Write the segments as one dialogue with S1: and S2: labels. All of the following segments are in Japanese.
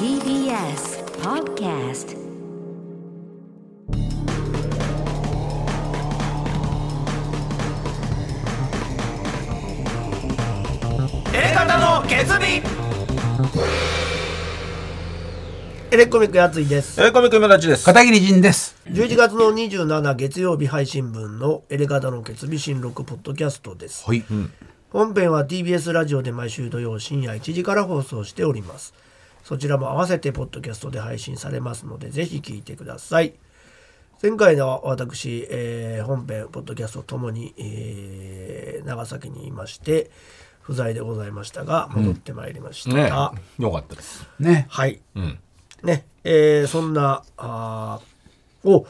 S1: TBS Podcast
S2: 方の決意
S3: エレコミックやついです
S2: エレコミック今立ちです
S4: 片桐仁です。
S3: 11月の27月曜日配信分のエレガタの決備新録ポッドキャストです
S4: はい。
S3: 本編は TBS ラジオで毎週土曜深夜1時から放送しておりますそちらも合わせてポッドキャストで配信されますのでぜひ聞いてください前回の私、えー本編ポッドキャストともに、えー長崎にいまして不在でございましたが戻ってまいりました、
S2: ねえよかったです
S4: ね。
S3: はい、
S2: ん
S3: ねえーそんなあーお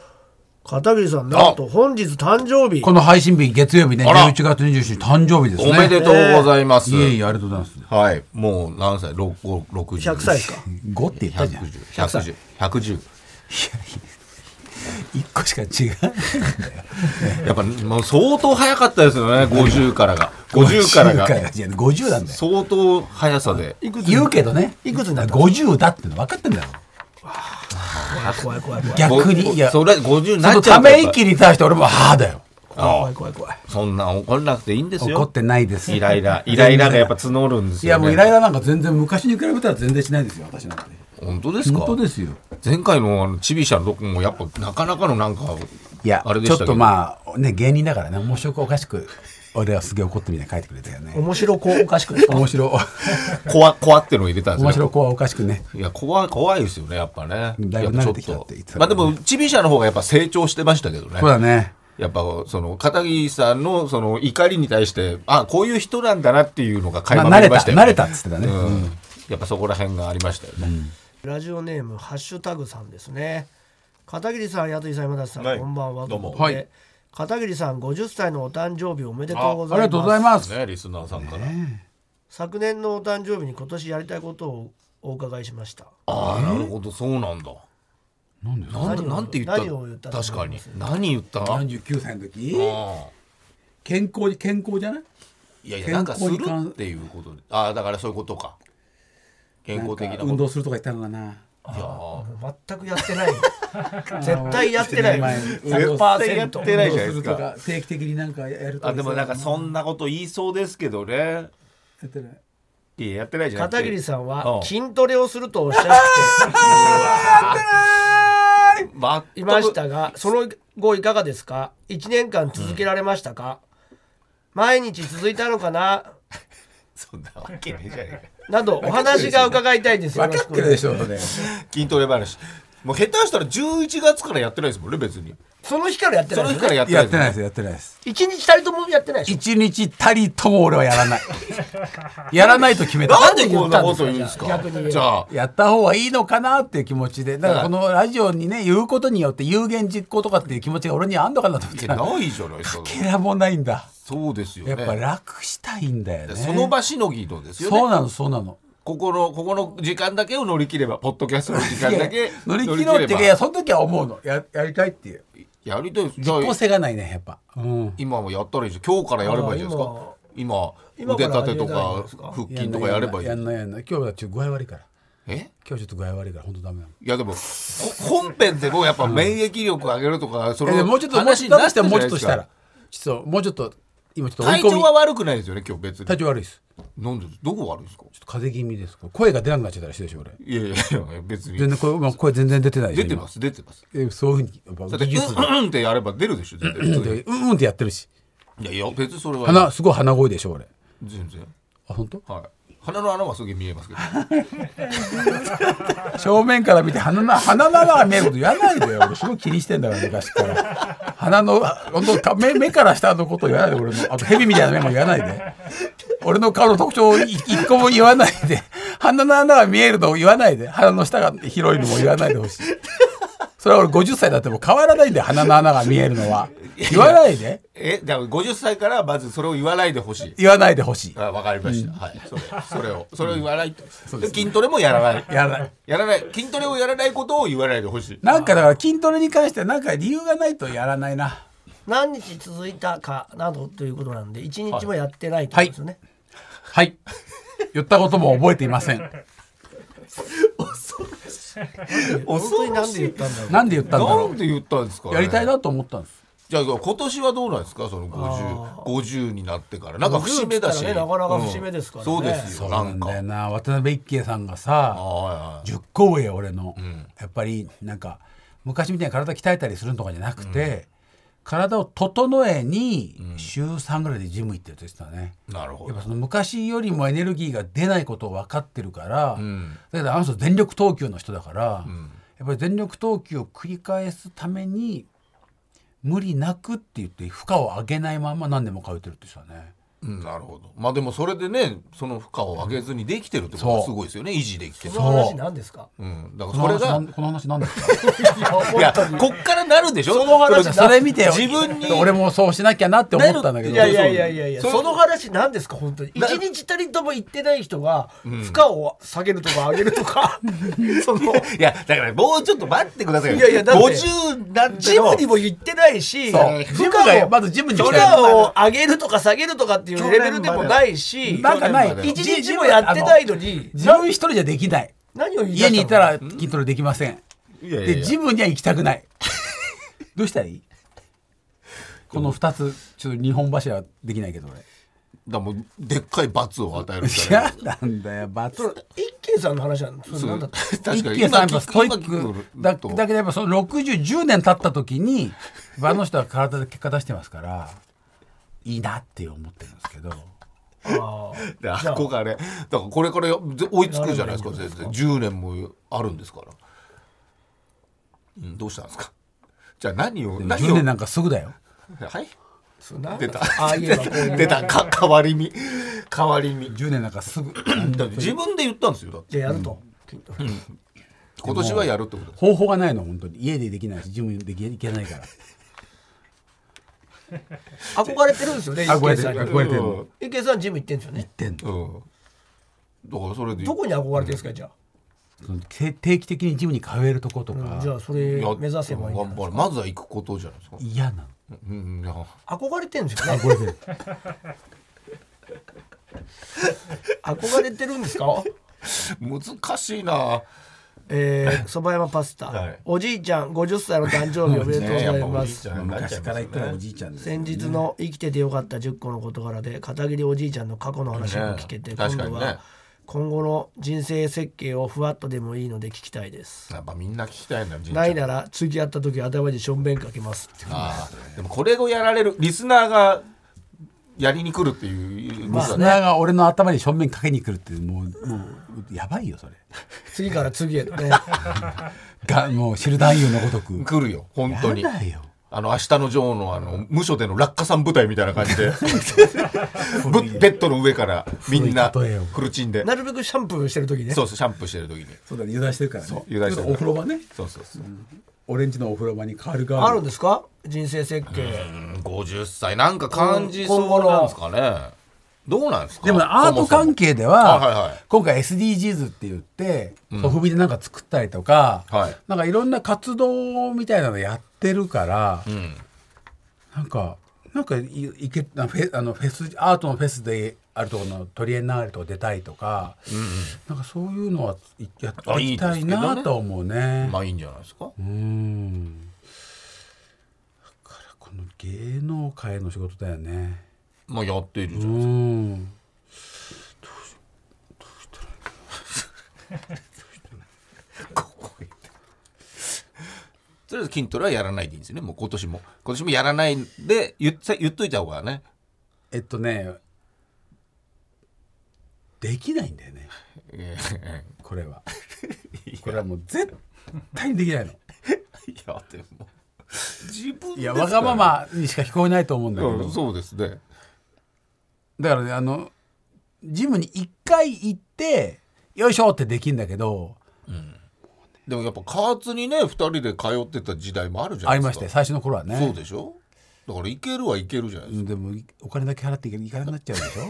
S3: 片桐さんなんと本日誕生日
S4: この配信日月曜日ね、
S2: あら
S4: 11月27日誕生日ですね。
S2: おめでとうございます、
S4: いえいえ、ありがとうございます。
S2: はいもう何歳六五六十
S3: 100歳 ですか
S4: 5って言ったじゃん。
S2: 110 110 110
S4: 1個しか違う。
S2: やっぱもう相当早かったですよね50からが50からが
S4: 50じゃない50なんだよ。
S2: 相当速さで
S4: 言うけどね。
S3: いくつになった
S4: 50だっての分かってんだろ。
S3: 怖い怖い怖い怖い
S4: 逆に。いや、
S2: それ50に
S4: そ
S2: な
S4: の
S2: っちゃ
S4: た
S2: うとやっぱ
S4: め息に対して俺も、はあだよ。
S3: 怖い怖い怖い
S2: そんな怒らなくていいんですよ
S4: 怒ってないです。
S2: イライライライラがやっぱ募るんです
S4: い
S2: よ、
S4: や、
S2: ね、
S4: もうイライラなんか全然昔に比べたら全然しないですよ、私なんて。
S2: 本当ですか
S4: 本当ですよ。
S2: 前回のあのチビシャのとこもやっぱなかなかのなんか
S4: いや、
S2: あれで
S4: ち
S2: し
S4: ょ
S2: たけ
S4: っ
S2: ど
S4: とまあ、ね、芸人だからね、面白くおかし く、俺はすげえ怒ってみたいに書いてくれたよね。
S3: 面白こうおかしく
S4: 面白。
S2: 怖怖ってのを入れたんですよ
S4: 面白い子はおかしくね。
S2: いや怖い怖いですよねやっぱね
S4: だいぶ慣れてきたって言ってた
S2: や
S4: か
S2: っぱちょと
S4: らね
S2: まあでもチビシャの方がやっぱ成長してましたけどね
S4: そうだね。
S2: やっぱその片桐さんのその怒りに対してあこういう人なんだなっていうのが垣間
S4: まあ
S2: 見えましたよね、
S4: 慣れた慣れたっつってたね
S2: うん
S4: う
S2: やっぱそこら辺がありましたよね、
S3: ラジオネームハッシュタグさんですね片桐さん八井さん今田さん、
S2: はい
S3: こんばんは
S2: どうも
S3: といことで
S4: はい
S3: 片桐さん50歳のお誕生日おめでとうご
S4: あ
S3: ざいます
S4: りがとうございます。
S2: ねリスナーさんから、
S3: 昨年のお誕生日に今年やりたいことをお伺いしました
S2: ああなるほどそうなんだ
S4: なんで
S2: なんで
S3: 何を
S2: なんて言った
S3: 何を言った
S2: 確かに
S3: と
S2: 何言ったあ
S4: 39歳の時
S2: あ
S4: 健康に健康じゃない
S2: いやいやなんかす
S4: 健
S2: る
S4: 康に関
S2: っていうことでああだからそういうことか健康的な
S4: か
S2: こと
S4: 運動するとか言ったのかな。
S2: いやー
S3: もう全くやって ない絶対やってない
S4: 0%
S2: やってないじゃないですか
S4: 運動ると定期的になんかやると
S2: あでもなんかそ
S4: なん
S2: なこと言いそうですけどね
S4: やってない
S2: いややってないじゃなくて
S3: 片桐さん
S2: う
S3: は
S2: ん
S3: 筋トレをするとおっしゃって
S2: ま
S3: いましたがその後いかがですか1年間続けられましたか、毎日続いたのかな
S2: そんなわけないじゃねえ
S3: などお話が伺いたいですよ
S4: 分
S3: ろ
S4: か
S3: し
S4: っ
S3: くお
S4: てる
S3: 願い
S4: で
S3: し
S4: しょそれ
S2: か筋トレ話もう下手したら11月からやってないですもんね別に
S3: ますその日からやって
S2: そ
S3: ない
S2: の
S3: で
S2: 日か
S3: すよ
S2: ら
S3: ね
S2: やってないで
S4: やってないですやってないです
S3: 一日たりともやってないでしょ
S4: 一日たりとも俺はやらない やらないと決めた
S2: なんでこんなこと言うんですか
S3: 逆に言えば
S2: じゃあ
S4: やった方がいいのかなっていう気持ちでだからこのラジオにね言うことによって有言実行とかっていう気持ちが俺にはあんのかなと思っ
S2: い
S4: て
S2: や
S4: た
S2: ないじゃないですか
S4: けらもないんだ
S2: そうですよね
S4: やっぱ楽したいんだよね
S2: その場しのぎのですよね
S4: そうなのそうなの
S2: ここのここの時間だけを乗り切ればポッドキャストの時間だ
S4: いや
S2: け
S4: 乗り切ろうっていうかい
S2: や
S4: やその時は思うのややりたいっていう
S2: やりたいですじゃあ
S4: 個性がないねやっぱ、うん、
S2: 今もやったらいいじゃん今日からやればいいじゃないですか今
S3: 今
S2: 腕立てと
S3: 今からやれ
S2: か
S3: ばいいんですか
S2: 腹筋とかやればいいじ
S4: や
S2: ゃん
S4: んないやんない今日はちょっと具合悪いから
S2: え
S4: 今日ちょっと具合悪いから本当ダメなの
S2: いやでもこ本編でもやっぱ免疫力上げるとかそ
S4: えで
S2: れ
S4: ももうちょっともうちょっと出してもうちょっとしたらちょっともうちょっと今ちょっと追
S2: 体
S4: い込み
S2: 調は悪くないですよね今日別に
S4: 体調悪いです
S2: なんでどこ悪いですか
S4: ちょっと風邪気味です声が出なくなっちゃったらしいでしょ俺
S2: いやいやいや別
S4: 全
S2: に
S4: 然声,、まあ、声全然出てないでしょ
S2: 出てます出てます
S4: 今えそういうふうにやっぱ
S2: だって
S4: 技術
S2: うんうんってやれば出るでしょ絶対普通
S4: でうんうんってやってるし
S2: にいやいや別にそれは
S4: 鼻すごい鼻声でしょ俺
S2: 全然
S4: あ本当
S2: はい鼻の穴はすげえ見えますけど
S4: 正面から見て鼻の鼻の穴が見えること言わないでよ俺すごい気にしてんだから昔から鼻の本当目目から下のこと言わないで俺もあと蛇みたいな目も言わないで俺の顔の特徴をい一個も言わないで鼻の穴が見えるのを言わないで鼻の下が広いのも言わないでほしいそれは俺50歳だっても変わらないんだよ鼻の穴が見えるのは言わないで
S2: えじゃあ50歳からまずそれを言わないでほしい
S4: 言わないでほしい
S2: あわかりました、はいそれそれを それを言わないと、で筋トレもやらない
S4: やらない
S2: やらない筋トレをやらないことを言わないでほしい
S4: なんかだから筋トレに関してはなんか理由がないとやらないな
S3: 何日続いたかなどということなんで一日もやってないってことですよね、
S4: はい。言ったことも覚えていません。
S3: 本当になんで言ったんだろう
S4: なんで言ったんだ
S2: な
S4: ろ
S2: んで言ったんですか、
S4: う
S2: ね、
S4: やりたいなと思ったんです
S2: じゃあ今年はどうなんですかその50 50になってからなんか節目だし、
S3: 50って言ったらねなかなか節目ですからね
S2: うんそうですよ
S4: な
S2: なんん
S4: だよ
S2: か
S4: な渡辺一慶さんがさ
S2: あ
S4: 10個上俺の、やっぱりなんか昔みたいに体鍛えたりするとかじゃなくて、体を整えに週3ぐらいでジム行ってるって言ってたね、
S2: あなるほ
S4: やっ
S2: ど
S4: ぱその昔よりもエネルギーが出ないことを分かってるから、
S2: ん
S4: だけどあの人全力投球の人だから、やっぱり全力投球を繰り返すために無理なくって言って負荷を上げないまま何でも通ってるって人だね。
S2: うんなるほどまあでもそれでねその負荷を上げずにできてるってこと
S4: そ
S2: は
S4: う
S2: すごいですよね維持できてる
S3: その話何ですか
S2: うん、だか
S4: こ
S2: らそれ
S4: の話な
S2: が
S4: んこの話なんで すか
S3: いや本
S2: いや
S3: 当に
S2: こっからなるでしょ
S3: その話
S2: れ
S4: それ見てよ
S2: 自分に
S4: 俺もそうしなきゃなって思ったんだけど
S3: い
S2: い
S3: や
S2: や
S3: い
S2: い
S3: や
S2: や
S3: い
S2: い
S3: や
S2: や
S3: い
S2: いや
S3: やいや
S2: そ
S3: その話何ですか本当に一
S2: な
S3: 日たりとも行ってない人が負荷を下げると か上げるとかその
S2: いやだからもうちょっと待ってくださいよ
S3: いやいやだって
S2: 50なんて
S3: ジ
S2: の
S3: ムにも行ってないし
S4: そう
S3: 負
S4: ジム
S3: 荷
S4: が
S3: を
S4: まずジムに
S3: 負
S4: 来
S3: 荷
S4: てる
S3: を上げるとか下げるとかっていうレベルでもないし
S4: なんかない
S2: 去年まで
S3: 一日もやってないのに
S4: 自分一人じゃできない
S3: 何を言い出した
S4: 家
S3: の
S4: にいたら筋トレできません
S2: いやいやい
S4: で
S2: や
S4: ジムには行きたくない どうしたらいいこの2つちょっと日本柱はできないけど俺
S2: だからもうでっかい罰を与えるしかない
S4: 嫌なんだよバツ
S3: 一軒さんの話なんです
S2: そう
S3: なんだった
S2: 確か
S4: 一
S2: に
S4: 気さんやっぱストイ
S2: 今
S4: ッ
S2: 聞
S4: ク
S2: く
S4: だ
S2: と
S4: だけどやっぱその6010年経った時にあの人は体で結果出してますからいいなって思ってるんですけど
S3: あー
S2: で憧れだからこれからよぜ追いつくじゃないですか先生10年もあるんですから、うん、どうしたんですかじゃあ何を何
S4: 10
S2: を
S4: 年なんかすぐだよ
S2: はい
S3: そうなんだ
S2: 出た
S3: ああ言えばこういう
S2: 出たか変わり身変わり身
S4: 10年なんかすぐ
S2: だって自分で言ったんですよだって
S3: じゃあやると筋トレ
S2: 今年はやるってことです
S4: 方法がないの本当に家でできないしジムでいけない から
S3: 憧れてるんですよね一
S4: 憧
S3: 軒
S4: れて
S3: さ
S4: る
S3: んに
S4: 憧れてる
S2: う
S4: の
S2: ん
S3: 一軒さんジム行ってんですよね
S2: うんだからそれで
S3: どこに憧れてるんですかじゃあ
S4: そのて定期的にジムに通えるとことか
S3: じゃあそれ目指せばいいんじゃ
S2: 頑
S3: な
S2: 張
S3: い
S2: るまずは行くことじゃないですか
S4: 嫌なの
S2: うんうんいや
S3: 憧れてるんですよね 憧れてるんですか
S2: 難しいな
S3: えー、そば山パスタ、
S2: はい
S3: おじいちゃん50歳の誕生日おめでとうございます、
S2: ねやっぱおじいちゃん
S4: 昔から言ったらおじいちゃんですよ
S3: 先日の生きててよかった10個の事柄で片桐おじいちゃんの過去の話も聞けて、
S2: ね
S3: 今
S2: 確か
S3: 度
S2: にね
S3: は今後の人生設計をふわっとでもいいので聞きたいです
S2: やっぱみんな聞きたいなじいちゃん
S3: ないなら次会った時頭にしょんべんかけますって
S2: ああでもこれをやられるリスナーがやりに来るっていうミ
S4: リ
S2: スだ
S4: ス
S2: ね、
S4: ナーが俺の頭に正面かけに来るってもうもうやばいよそれ
S3: 次から次へと ね
S4: がもう知る男優のごと く
S2: 来るよ本当に
S4: やだよ
S2: あの明日のジョーのあの無所での落下さん舞台みたいな感じでぶベッドの上からみんな
S4: 古い例えを
S2: フルチンで
S3: なるべくシャンプーしてる時ね
S2: そうそうシャンプーしてる時に
S4: そうだね油断してるからね
S2: そう油断してる
S4: お風呂場ね
S2: そうそうそう、
S4: 俺んちのお風呂場にカールが
S3: あ
S4: あ
S3: る
S4: る
S3: んですか人生設計
S2: うん、50歳なんか感じそうなんですかねどうなんですか
S4: でもねアート関係では
S2: そもそもはいはいはい
S4: 今回 SDGs って言ってソフビでなんか作ったりとか、
S2: はい
S4: なんかいろんな活動みたいなのやってるから、
S2: ん
S4: なんかなんかいいけあのフェあのフェスアートのフェスであるところのトリエンナーレとか出たいとか、なんかそういうのはいやって
S2: あ
S4: い
S2: い
S4: き
S2: いです
S4: た
S2: け
S4: い
S2: どね
S4: なとは思うね。
S2: まあいいんじゃないですか、
S4: うんだからこの芸能界の仕事だよね。
S2: まあやっているじゃん、
S4: うん
S2: とりあえず筋トレはやらないでいいんですよねもう今年も今年もやらないで言っさ言っといた方が ね
S4: えっとねできないんだよね
S2: ええ
S4: これ はこれはもう絶対にできないの
S2: いやでも自分
S4: いや
S2: です
S4: わ
S2: から
S4: がままにしか聞こえないと思うんだけど、
S2: うんそうですね
S4: だからねあのジムに一回行ってよいしょってできんだけど
S2: でもやっぱ加圧にね二人で通ってた時代もあるじゃ
S4: あ
S2: ない
S4: り
S2: で
S4: ま
S2: か
S4: すしたよ最初の頃はね
S2: そうでしょだからいけるはいけるじゃないです
S4: でもお金だけ払っていかなくなっちゃうでしょ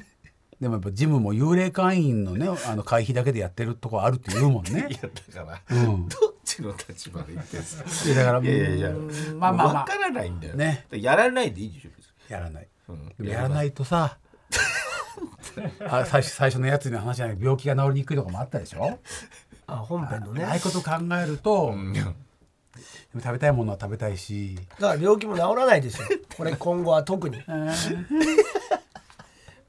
S4: でもやっぱジムも幽霊会員のねあの会費だけでやってるとこあるって言うもんね
S2: か、 いやだから、
S4: う ん
S2: どっちの立場で言ってんすか
S4: いやだから
S2: いやいやいや
S4: うんまあまあまあ
S2: 分からないんだよ
S4: ね
S2: やらないでいいでしょ別に
S4: やらない、
S2: うん
S4: でもやらないとさあ 最初最初のやつの話じゃない病気が治りにくいとかもあったでしょ
S3: あ本編のね
S4: ああいうこと考えると、でも食べたいものは食べたいし
S3: だから病気も治らないですよこれ今後は特に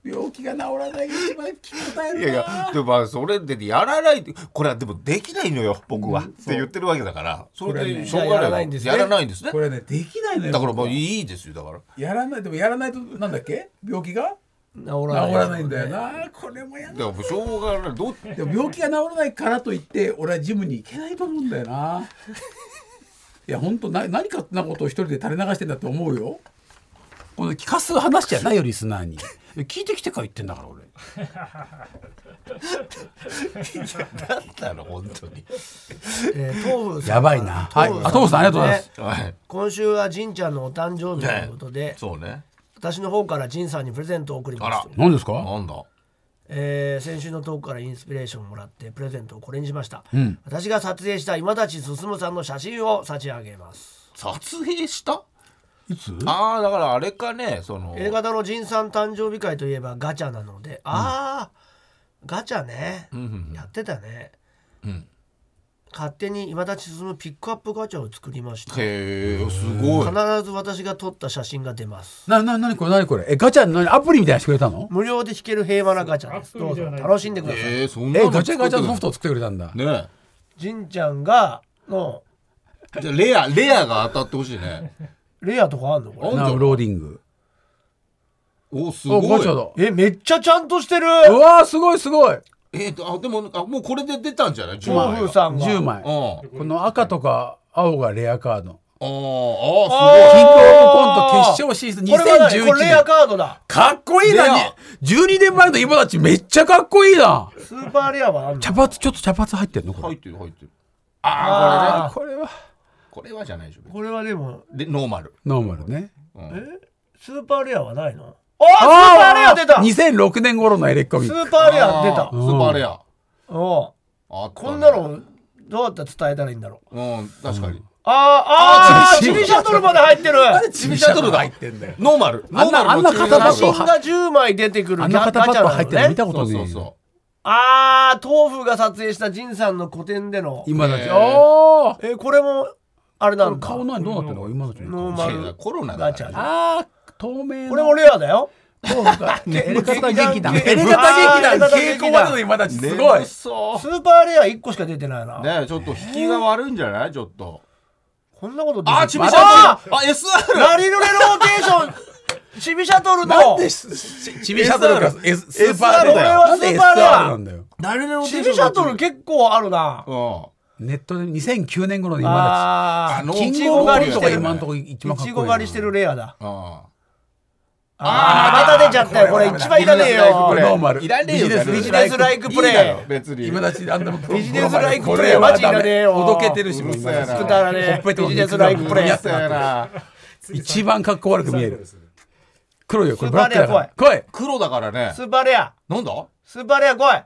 S4: 病気が治らないが一番聞き応え
S2: いやいやでもまあそれでやらないってこれはでもできないのよ僕は、って言ってるわけだからそれでしょうが
S3: やら
S2: な
S3: ないい
S2: ん
S3: ん
S2: で
S3: ですす
S2: ね
S3: ね
S2: やらないんですね
S4: これねできないのよ
S2: だからもういいですよだから
S4: やらないでもやらないとなんだっけ病気が
S3: 治
S4: 治
S3: らない
S4: らないんだよなこれもや
S2: で
S4: だ
S2: もしょうがないどう
S4: でも病気が治らないからといって俺はジムに行けないと思うんだよ ないや本当な何かなことを一人で垂れ流してんだと思うよこの聞かす話じゃないよリスナーに聞いてきてから言ってんだから俺
S2: なんだろう本当に
S3: えー、東風さん
S4: やばいなはい
S3: 東風
S4: あトムさんありがとうございます
S2: はい
S3: 今週は仁ちゃんのお誕生日ということで、
S2: そうね
S3: 私の方から仁さんにプレゼントを送りま
S2: あ
S3: す
S2: ら
S3: と
S4: 何ですか
S2: なんだ
S3: えー先週のトークからインスピレーションをもらってプレゼントをこれにしました、私が撮影した今立進さんの写真を差し上げます
S2: 撮影した
S4: いつ
S2: ああだからあれかねその
S3: A 型の仁さん誕生日会といえばガチャなのでああ、ガチャね、やってたね、勝手に今立進ピックアップガチャを作りました
S2: へえすごい
S3: 必ず私が撮った写真が出ます
S4: なな何これ何これえガチャ何アプリみたいにしてくれたの
S3: 無料で弾ける平和なガチャですどうぞ楽しんでください、
S2: えー、そんな
S4: え
S2: の
S4: ガチャガチャのソ
S2: 作
S4: フトを作ってくれたんだ
S2: ってるね
S3: 仁ちゃんがの
S2: えじゃあレアレアが当たってほしいね
S3: レアとかあんのこ
S2: あ
S3: れ
S4: なローディング
S2: おすご
S4: お
S2: い
S4: ガチャだ
S3: えめっちゃちゃんとしてる
S4: うわーすごいすごい
S2: えーとあでもあもうこれで出たんじゃない10枚
S3: 豆腐さんが
S4: 10枚
S2: うんあー
S4: この赤とか青がレアカード
S2: あ
S3: あ
S4: キングオブコント決
S3: ー
S4: 決勝進出
S3: これは何これレア
S4: 2011年
S3: カー ドだ
S4: かっこいいな
S2: レア
S4: に12年前の今たちめっちゃかっこいいな
S3: スーパーレアはあんの
S4: 茶髪ちょっと茶髪入ってんの
S2: す
S4: こ
S2: ごい入
S4: れ
S2: ってる入ってる
S4: あ
S3: あ
S4: ーこれは
S2: これはじゃないでしょ別に
S3: これはでも
S2: でノーマル
S4: ノーマルね
S3: スーパーレアはないのあスーパーレア出たス
S4: 2006年頃のエレッコミ
S3: ーパーレア出
S2: あ
S3: た
S2: ースーパーレア
S3: おう
S2: あったね
S3: こんなのどうやって伝えたらいいんだろう
S2: うん確かに
S3: あーあー
S4: あーチ
S3: チ
S4: ビ
S3: ビ
S4: シ
S3: シ
S4: ャ
S3: ャ
S4: ト
S3: ト
S4: ル
S3: ルまで入ってる
S4: チビシャトルが入ってんだよ
S2: ノーマル
S4: あんな
S2: ノーマルの
S4: あんな
S2: チビシャトル
S4: 方
S3: 写真が10枚出てく
S4: あ
S3: る
S4: んな
S3: ガチ
S4: 肩
S3: ャ
S4: パッド
S3: な
S4: 入ってる
S3: の
S4: の見
S3: ね
S4: たこ
S2: そ
S4: と
S2: う
S4: ね
S2: そう
S4: えよ
S2: そう
S3: あー豆腐が撮影した仁さんの個展での
S4: 今だち
S2: へー
S4: おー
S3: えーこれもあれなんだ
S4: 顔
S3: こ
S4: 何どうなってんの今のち
S3: ノーマル
S2: いやいやコロナだ
S3: ガ
S2: か
S3: チャ
S2: ら
S3: だ
S4: あー透明
S3: れもレアだよ
S4: エレカタ劇団
S3: 劇団
S4: エレカタ劇団
S3: エレカタ
S4: 稽
S3: 劇団
S4: 古までの今たちすごい
S2: 眠そ
S3: スーパーレア1個しか出てないな、
S2: うねちょっと引きが悪いんじゃないちょっと
S3: こんなこと出て
S2: あ
S3: る
S2: ーチビシャトル
S3: あ
S2: あ SR
S3: ーラリルレローテーションチビシャトルの
S4: なんでしチビシャトルが
S2: SR
S4: S- スーパーレ
S2: SR
S4: ア
S2: だよ
S4: なんで
S3: ス
S4: SR
S3: ーパーレア
S4: なんだよ
S2: 誰の
S3: チビシャトル結構あるな。
S2: うん
S4: ネットで2009年頃の今
S2: ー
S3: あ
S4: だ
S2: あ
S4: ち
S2: の
S4: キングオブコン
S2: いちご狩り
S4: トが
S2: してる
S4: 今のところ一番
S3: い
S4: かっこい
S3: ち
S4: い
S3: ご狩りしてるレアだ。
S2: うん
S3: ああ、また出ちゃったよ。これ一番いらねえ
S4: これ
S3: よ。
S4: ノーマル
S2: いらねえよ
S3: ビジネスライクプ
S2: いいだ
S3: レ
S2: ろ別に
S4: 今だちあんなもん
S3: ビジネスライク
S4: こ
S3: プレイ
S4: れは
S3: マ
S4: ダメ
S3: ジいらねえよ
S4: ほどけてるしもう今
S2: うるせえ
S3: イ。
S2: な
S3: くだら
S4: ほ
S3: ね
S4: っ
S3: え。
S4: ぺと
S3: ビ
S4: こ
S3: ジネスライクプレイ
S4: や
S3: ヤ
S4: っ
S3: ー。
S4: て
S2: そ
S4: な
S2: う
S4: かった
S2: やな
S4: 一番かっこ悪く見える黒いよこれ
S3: スー
S4: ブ
S3: パ
S4: ラッ
S3: ー
S4: ク
S3: レア
S4: だから来い
S2: 黒だからね
S3: スーパーレア。
S2: なんだ
S3: スーパーレア来い。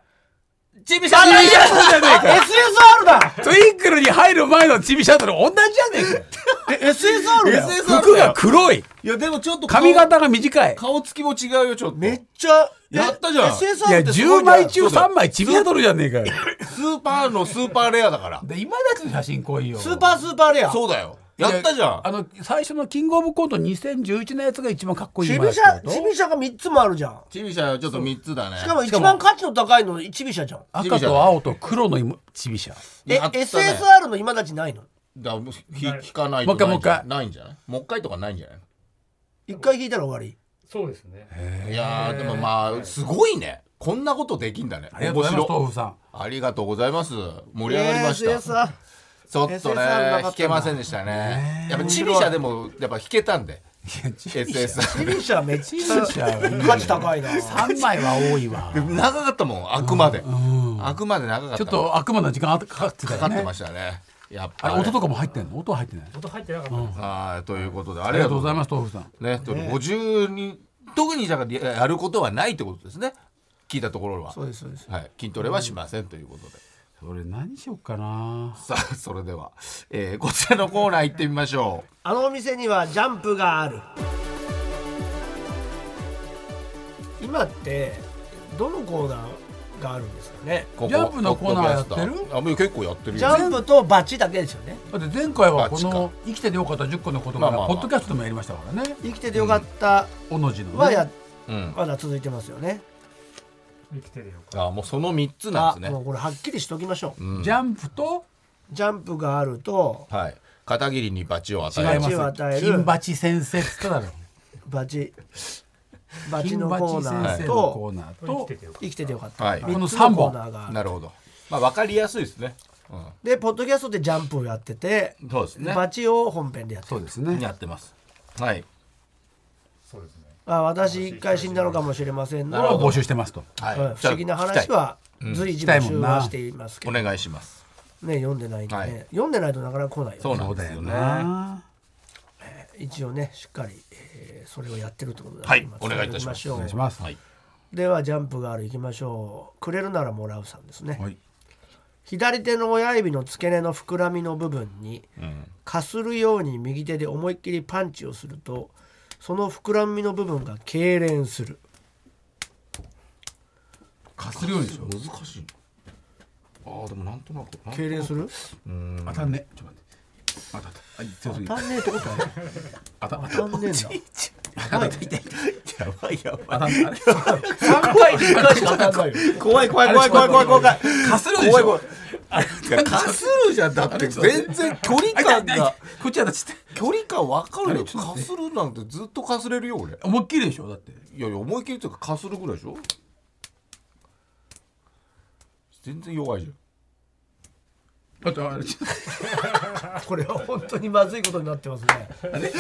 S2: チビシャトル
S4: チビシャトルじゃねえか
S3: SSR だ
S4: トゥインクルに入る前のチビシャトル同じじゃね
S3: え !SSR だよ
S2: SS
S4: えか服が黒い
S2: いやでもちょっと顔
S4: 髪型が短い
S2: 顔つきも違うよちょっと
S3: めっちゃ。え
S2: やったじゃん
S3: SSR
S4: いや
S3: ってすごいじ
S4: 10
S3: ゃん
S4: 枚中3枚チビシャトルじゃねえかよ
S2: スーパーのスーパーレアだから
S4: で今だちの写真来いよ
S3: スーパースーパーレア。
S2: そうだよやったじゃん
S4: あの最初のキングオブコント2011のやつが一番かっこいい
S3: チ
S4: 今
S3: ビ
S4: だ
S3: シ
S4: ちだ
S3: ャ、
S4: と
S3: チビシャが3つもあるじゃん。
S2: チビシャはちょっと3つだね
S3: しかも一番価値の高いのチビシャじゃん。
S4: 赤と青と黒の今チビシャ
S3: え、
S2: やったね
S3: SSR の今たちないの
S2: だもうひ引かないと
S4: もう一回もう一回
S2: ないんじゃないもう一回とかないんじゃない
S3: 一回引いたら終わり。
S5: そうですね。
S2: いやーでもまあすごいねこんなことできんだね
S4: ありがとうございます豆
S2: 面白
S4: 腐さん
S2: ありがとうございます盛り上がりました、
S3: SSR
S2: ちょっと
S3: SSR な
S2: ね
S3: かったんだ
S2: 引けませんでしたねやっぱチビシャでもやっぱ引けたんで SSR
S3: チビシャめっち
S4: シ
S3: ゃ
S4: ャ
S3: 価値高いな。
S4: 3枚は多いわ
S2: で長かったもんあくまであくまで長かった
S4: ちょっと悪魔の時間かかってた
S2: か
S4: よ
S2: かって
S4: ね
S2: ましたねやっぱ
S4: あ
S2: り
S4: れ音とかも入ってんの音は入ってない
S5: 音入ってなかったです。
S2: はいということであ
S4: あ
S2: り
S4: り
S2: が
S4: が
S2: と
S4: と
S2: う
S4: う
S2: ご
S4: ご
S2: ざ
S4: ざ
S2: いま
S4: います豆腐さ
S2: す
S4: ん
S2: ねと50人特にじゃあややることはないってことですね聞いたところは
S3: そうですそうです。
S2: はい筋トレはしませんということで
S4: それ何しよっかな
S2: さあそれではえーこちらのコーナー行ってみましょう
S3: あのお店にはジャンプがある。今ってどのコーナーがあるんですかね
S2: ここ
S4: ジャンプのコーナーやって
S2: ポ
S4: る
S2: ッドキャスターあもう結構やってる
S3: ジャ
S2: よ
S3: ンプとバッチだけですよね
S4: だって前回はこ
S2: あ
S4: の
S2: 近
S4: 生きててよかった10個のことか
S2: まあま
S4: ら
S2: あま
S4: ポ
S2: あ
S4: ッドキャストでもやりましたからね
S3: 生きててよかった
S4: おのじのね
S3: はや、
S2: うん
S3: まだ続いてますよね
S5: 生きてるよか
S2: あもうその三つな
S3: あ
S2: んです
S3: も
S2: ね
S3: うこれはっきりしときましょう、
S2: うん
S4: ジャンプと
S3: ジャンプがあると
S2: はい片桐にバチを与
S4: 違
S2: え
S4: い
S2: ます
S3: バチを
S4: ま
S3: 与
S4: す
S3: える
S4: 金バチ先生っつっただろ
S3: バチバチ
S4: 金
S3: の
S4: バチ
S3: コーナ
S4: 先
S3: ー
S4: 生のコ
S3: と
S4: ーナー
S5: 生き
S4: と
S5: ててよかっ
S3: 生きててよかった、
S2: はい
S3: 三つ
S4: この三本
S3: コーナーがある
S2: なるほどまあわかりやすいですね、う
S3: でポッドキャストでジャンプをやってて、
S2: ん、そうですね
S3: バチを本編でやって
S4: そうですね
S2: やってますはい
S5: たそうですね
S3: あ私一回死んだのかもしれません
S2: なる
S3: の
S2: ほど
S4: 募集してますと
S2: はい
S3: はい不思議な話
S2: じゃあ
S3: は随時
S4: 聞きたい
S3: 募
S4: も
S3: 集
S4: んな
S3: はしていますけ
S2: お
S3: ど、
S2: 願いします
S3: ね、読んでないんで、ね
S2: はい
S3: 読んでないとなかなか来ないよ
S2: そうなん
S4: そう
S2: で
S4: だ
S2: すよ
S4: よ
S2: ね
S4: な
S3: 一応ねしっかり、えーそれをやってるってことで
S2: はい
S3: 今
S2: お願いいたします
S3: 伝えてお
S4: お願い
S3: きま
S4: し
S3: しょ
S4: ます
S2: はい
S3: うではジャンプがある行きましょうくれるならもらうさんですね、
S4: はい
S3: 左手の親指の付け根の膨らみの部分に
S2: うん
S3: かするように右手で思いっきりパンチをするとその膨らみの部分が痙攣する
S4: かするようにしよう
S2: 難しいああでもなんとなくなんとなく
S3: 痙攣する
S2: うん
S4: 当たんねちょっと待って当たったあ強すぎ
S3: 当たんねえってことは
S4: 当たった
S3: 当 たんねえんだ
S2: やばいやばい
S4: 当たんあ れ
S3: 3回1回しか当たんないよ怖い怖い怖い怖い怖い怖い
S4: かするでしょ
S2: かするじゃんだって全然距離
S4: あ痛
S2: 感
S4: い痛い痛い
S2: が
S4: こっちやったちょっ
S2: 距離感わかるよかするなんてずっとかすれるよ俺
S4: と思いっきりでしょだって
S2: いやいや思い切りというかかするぐらいでしょ全然弱いじ
S4: だってあれちょ っ
S3: これは本当にまずいことになってますね
S4: とあれ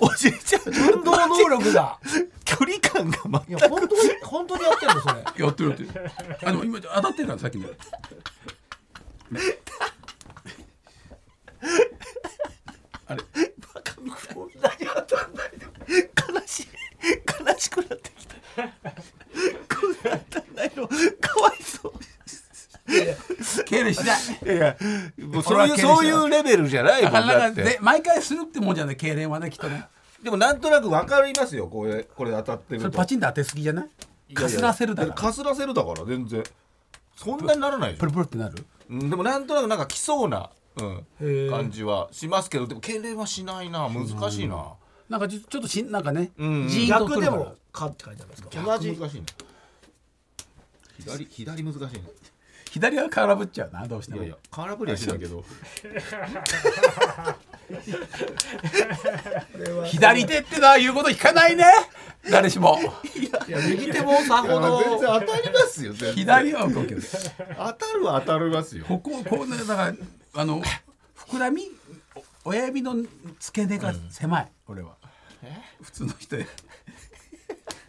S4: おじいちゃん
S3: 運動能力 が
S2: ゃん距離感がま
S3: いや本当に本当にやってるのそ れ
S4: やってるやってるあの今当たってるからさっきのあれ
S3: こんなに当たんないで
S2: 悲しい悲しくなってきたこれ当たんないのかわいそう
S4: 敬礼しない
S2: いやいやもうそういうそういうレベルじゃないも
S4: なんかな
S2: だ
S4: か
S2: って
S4: で毎回するってもんじゃない敬礼はねきっとね
S2: でもなんとなくわかりますよこれこれ当たってる
S4: それ
S2: と
S4: パチンと当てすぎじゃない
S2: いやい
S4: か
S2: や
S4: すらせるだろ
S2: かすらせるだから全然そんなにならないでし
S4: プ
S2: ょ
S4: ルプルってなる
S2: うんでもなんとなくなんか来そうな、うん
S3: へえ
S2: 感じはしますけどでも敬礼はしないな難しいな
S4: なんかちょちょっとしなんかね
S2: うんうん
S4: ジーンとく
S3: 逆
S4: る
S3: で
S4: から
S3: も「か」って書いてありますか
S2: 逆
S3: 同じ
S2: 難しいな左左難しいな
S4: 左は空振っちゃうなどうして
S2: い
S4: も
S2: やいや空振りはしないけど
S4: 左手ってのは言うこと聞かないね誰しも
S3: いや右手もさ
S2: いや
S3: ほど
S2: 全然当たりますよ全然
S4: 左は動くけど
S2: 当たるは当たりますよ
S4: こここうねだからあの膨らみお親指の付け根が狭い、俺は普通の人で。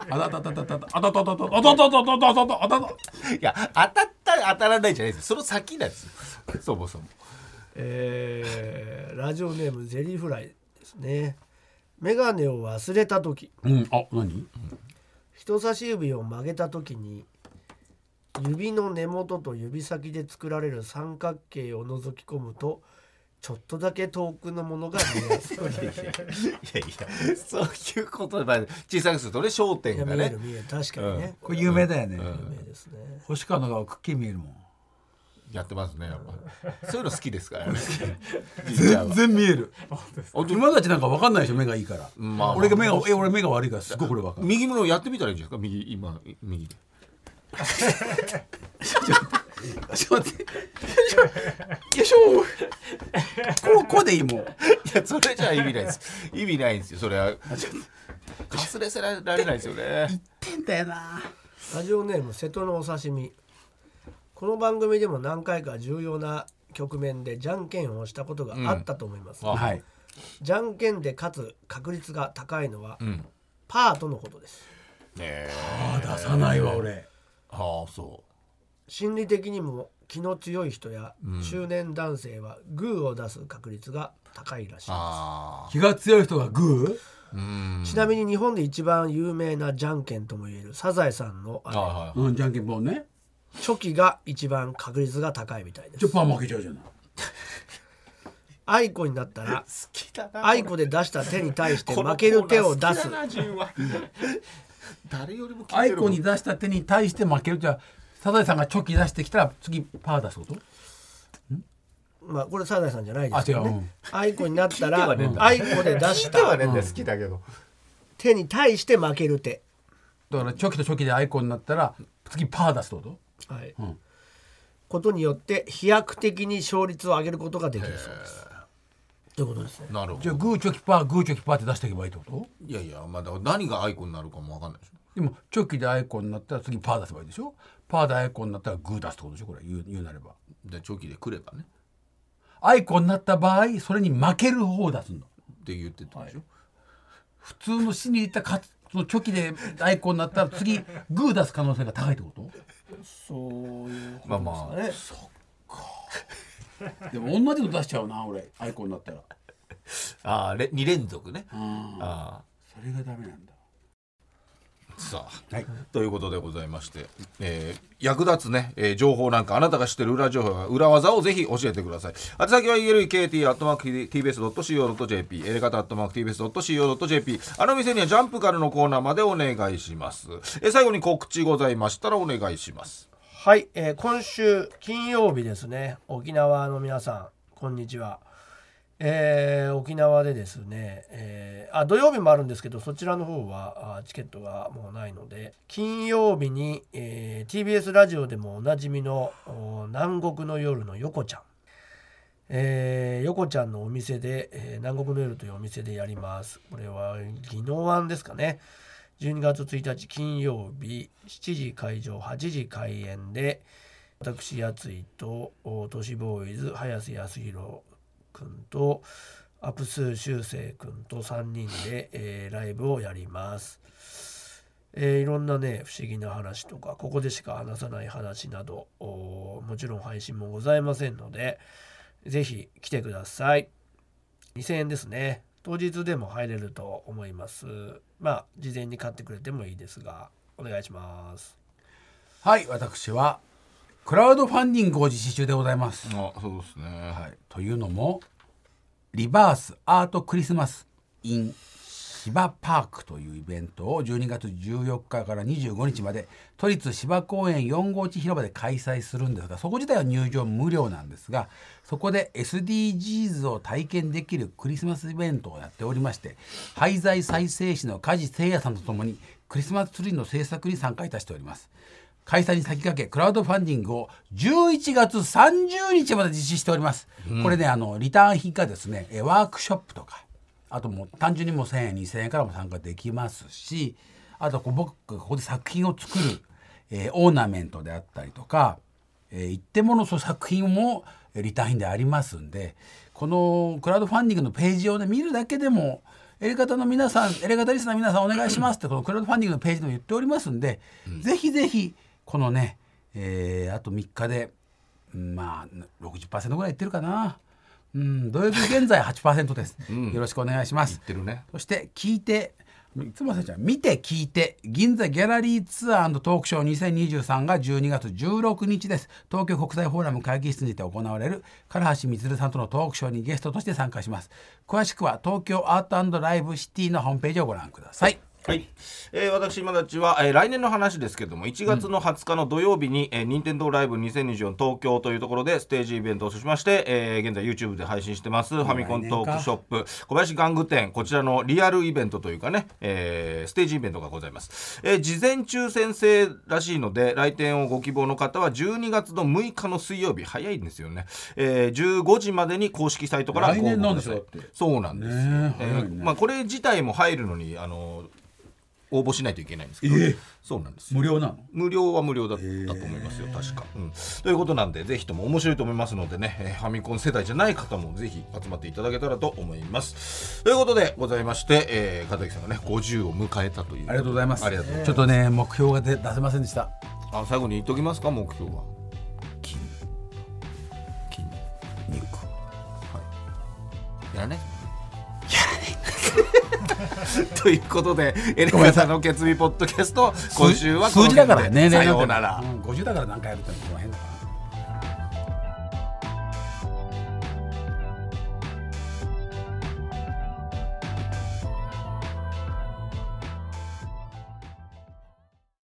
S4: あたたたたたたあたたたたあたたたたたたたたた
S2: いや当たったら当たらないじゃないですその先なんですよそもそも
S3: えーラジオネームゼリーフライですね眼鏡を忘れた時
S4: うんあ何
S3: 人差し指を曲げた時に指の根元と指先で作られる三角形を覗き込むとちょっとだけ遠くのものが見え ますい
S2: いやいやそういうことでまあ小さくするとね焦点
S3: や
S2: が
S3: 見える
S2: ね
S3: 見える確かにね、
S4: これ有名だよね、
S3: 有名ですね
S4: 星川の顔くっきり見えるもん
S2: やってますねやっぱそういうの好きですからねじいちゃん
S4: 全
S2: は
S4: 然見え る今たちなんか分かんないでしょ目がいいから、
S2: まあ
S4: 俺が目がえ俺目が悪いからすごくこれ分かる
S2: 右のやってみたらいいんじゃないですか右今右で
S4: ちょっと待ってよいしょよいしょこうこうでいいもん
S2: いやそれじゃ意味ないです意味ないんですよそれはかすれせられないですよね
S4: 変だよな
S3: ラジオネーム瀬戸のお刺身この番組でも何回か重要な局面でじゃんけんをしたことがあったと思います、
S2: うんあ
S4: はい
S3: じゃんけんで勝つ確率が高いのは、
S2: ん
S3: パートのことです
S2: ねえ
S4: あ出さないわ俺
S2: ああそ、
S3: 心理的にも気の強い人や中年男性はグーを出す確率が高いらしいう
S2: あ
S4: 気が強い人がグ
S3: ちなみに日本で一番有名なじゃんけんともいえるサザエさんのあ
S2: あ
S3: れ
S2: は
S4: ーうんじゃんけんぽんね
S3: 初期が一番確率が高いみたいで
S4: じ
S3: す
S4: ゃあパン負けちゃうじゃない
S3: アイコになったら
S2: 好きだな
S3: アイコで出した手に対して負ける手を出す
S2: このコーナー好きだな純は誰よりも聞いてる
S4: アイコに出した手に対して負けるじゃあサザエさんがチョキ出してきたら次パー出すこと
S3: まあこれサザエさんじゃないですよ
S4: あ違うう
S3: ね
S4: ん。
S3: アイコになったら
S2: 聞いてはねえんだ
S3: アイコで出
S2: 聞
S3: し
S2: いてはね
S3: た
S2: 好きだけど
S3: 手に対して負ける手。
S4: だからチョキとチョキでアイコンになったら次パー出すってこと
S3: はい。ことによって飛躍的に勝率を上げることができるそうです。ということですね。
S2: なるほ
S4: じゃあ
S2: ど
S4: グーチョキパーグーチョキパーって出していけばいいってこと
S2: いやいやまあだから何がアイコになるかもわかんないでしょ
S4: でもチョキでアイコンになったら次パー出せばいいでしょパーでアイコンになったらグー出すってことでしょこれ言う言うなれば
S2: でチョキでくればね
S4: アイコンになった場合それに負ける方を出すの
S2: って言ってたでしょ、
S4: 普通の心理で言ったら勝つそのチョキでアイコンになったら次グー出す可能性が高いってこと
S3: そういう
S2: まあまあ
S4: でも同じの出しちゃうな俺アイコンになったら
S2: ああ2連続ねあ
S4: それがダメなんだ
S2: あさあ、ということでございまして、えー役立つね、えー情報なんかあなたが知ってる裏情報や裏技をぜひ教えてください宛先は elkt.tbs.co.jp エレカタ .tbs.co.jp あの店にはジャンプからのコーナーまでお願いします、えー最後に告知ございましたらお願いします
S3: はい、えー今週金曜日ですね沖縄の皆さんこんにちは、えー沖縄でですね、えーあ土曜日もあるんですけどそちらの方はあチケットがもうないので金曜日に、えー TBS ラジオでもおなじみのお南国の夜の横ちゃんえー、横ちゃんのお店で、えー南国の夜というお店でやります。これは宜野湾ですかね。12月1日金曜日7時会場8時開演で私やついとお都市ボーイズ早瀬康弘君とアプスー修正君と3人で、えーライブをやります。えーいろんなね不思議な話とかここでしか話さない話などおもちろん配信もございませんのでぜひ来てください2000円ですね当日でも入れると思いますまあ事前に買ってくれてもいいですがお願いします
S4: はい私はクラウドファンディングを実施中でございます、
S2: あそうですねは
S4: はいい、というのもリバースアートクリスマス in 芝パークというイベントを12月14日から25日まで都立芝公園4号地広場で開催するんですがそこ自体は入場無料なんですがそこで SDGs を体験できるクリスマスイベントをやっておりまして廃材再生士の梶誠也さんとともにクリスマスツリーの制作に参加いたしております。開催に先駆けクラウドファンディングを11月30日まで実施しております、これねあのリターン品がですねえワークショップとかあともう単純にもう1,000円2,000円からも参加できますしあとこう僕がここで作品を作る、えーオーナメントであったりとか、えー一点物のその作品もえーリターン品でありますんでこのクラウドファンディングのページをね見るだけでもエレガタの皆さんエレガタリスナーの皆さんお願いしますってこのクラウドファンディングのページでも言っておりますんで、ぜひぜひこのね、えーあと3日でうんまあ60%ぐらいいってるかな、うん、土曜日現在8%です、よろしくお願いします
S2: 言ってるね
S4: そして聞いていつもさちゃん見て聞いて銀座ギャラリーツアートークショー2023が12月16日です東京国際フォーラム会議室にて行われる唐橋充さんとのトークショーにゲストとして参加します詳しくは東京アートライブシティのホームページをご覧ください
S2: はい、えー、私今立ちは、えー来年の話ですけども1月の20日の土曜日に、えー、任天堂ライブ2024東京というところでステージイベントをしまして、えー現在 YouTube で配信してますファミコントークショップ小林玩具店こちらのリアルイベントというかね、えーステージイベントがございます、えー事前抽選制らしいので来店をご希望の方は12月の6日の水曜日早いんですよね、えー15時までに公式サイトから
S4: 来年なんでしょ
S2: ご応募くだ
S4: だっ
S2: さい
S4: て
S2: そうなんですよ、
S4: ね
S2: え
S4: え
S2: ー
S4: 早いね
S2: まあ、これ自体も入るのにあの応募しないといけないんですけど、そうなんですよ
S4: 無料なの
S2: 無料は無料だったと思いますよ、確か、うん。ということなんで、ぜひとも面白いと思いますのでね、えーファミコン世代じゃない方もぜひ集まっていただけたらと思います。ということでございまして、えー、片桐さんがね、50を迎えたという。
S4: ありがとうございます
S2: ありがとうございます
S4: ちょっとね目標が出出せませんでした
S2: あ最後に言っときますか、目標は。金。金。肉。はい。やらないやらない ということで、エレガタの決意ポッドキャスト、今週はこの
S4: 数字だから
S2: 辺で
S4: ね
S2: さようなら。
S4: うん50だから何回やるってのはこの辺だから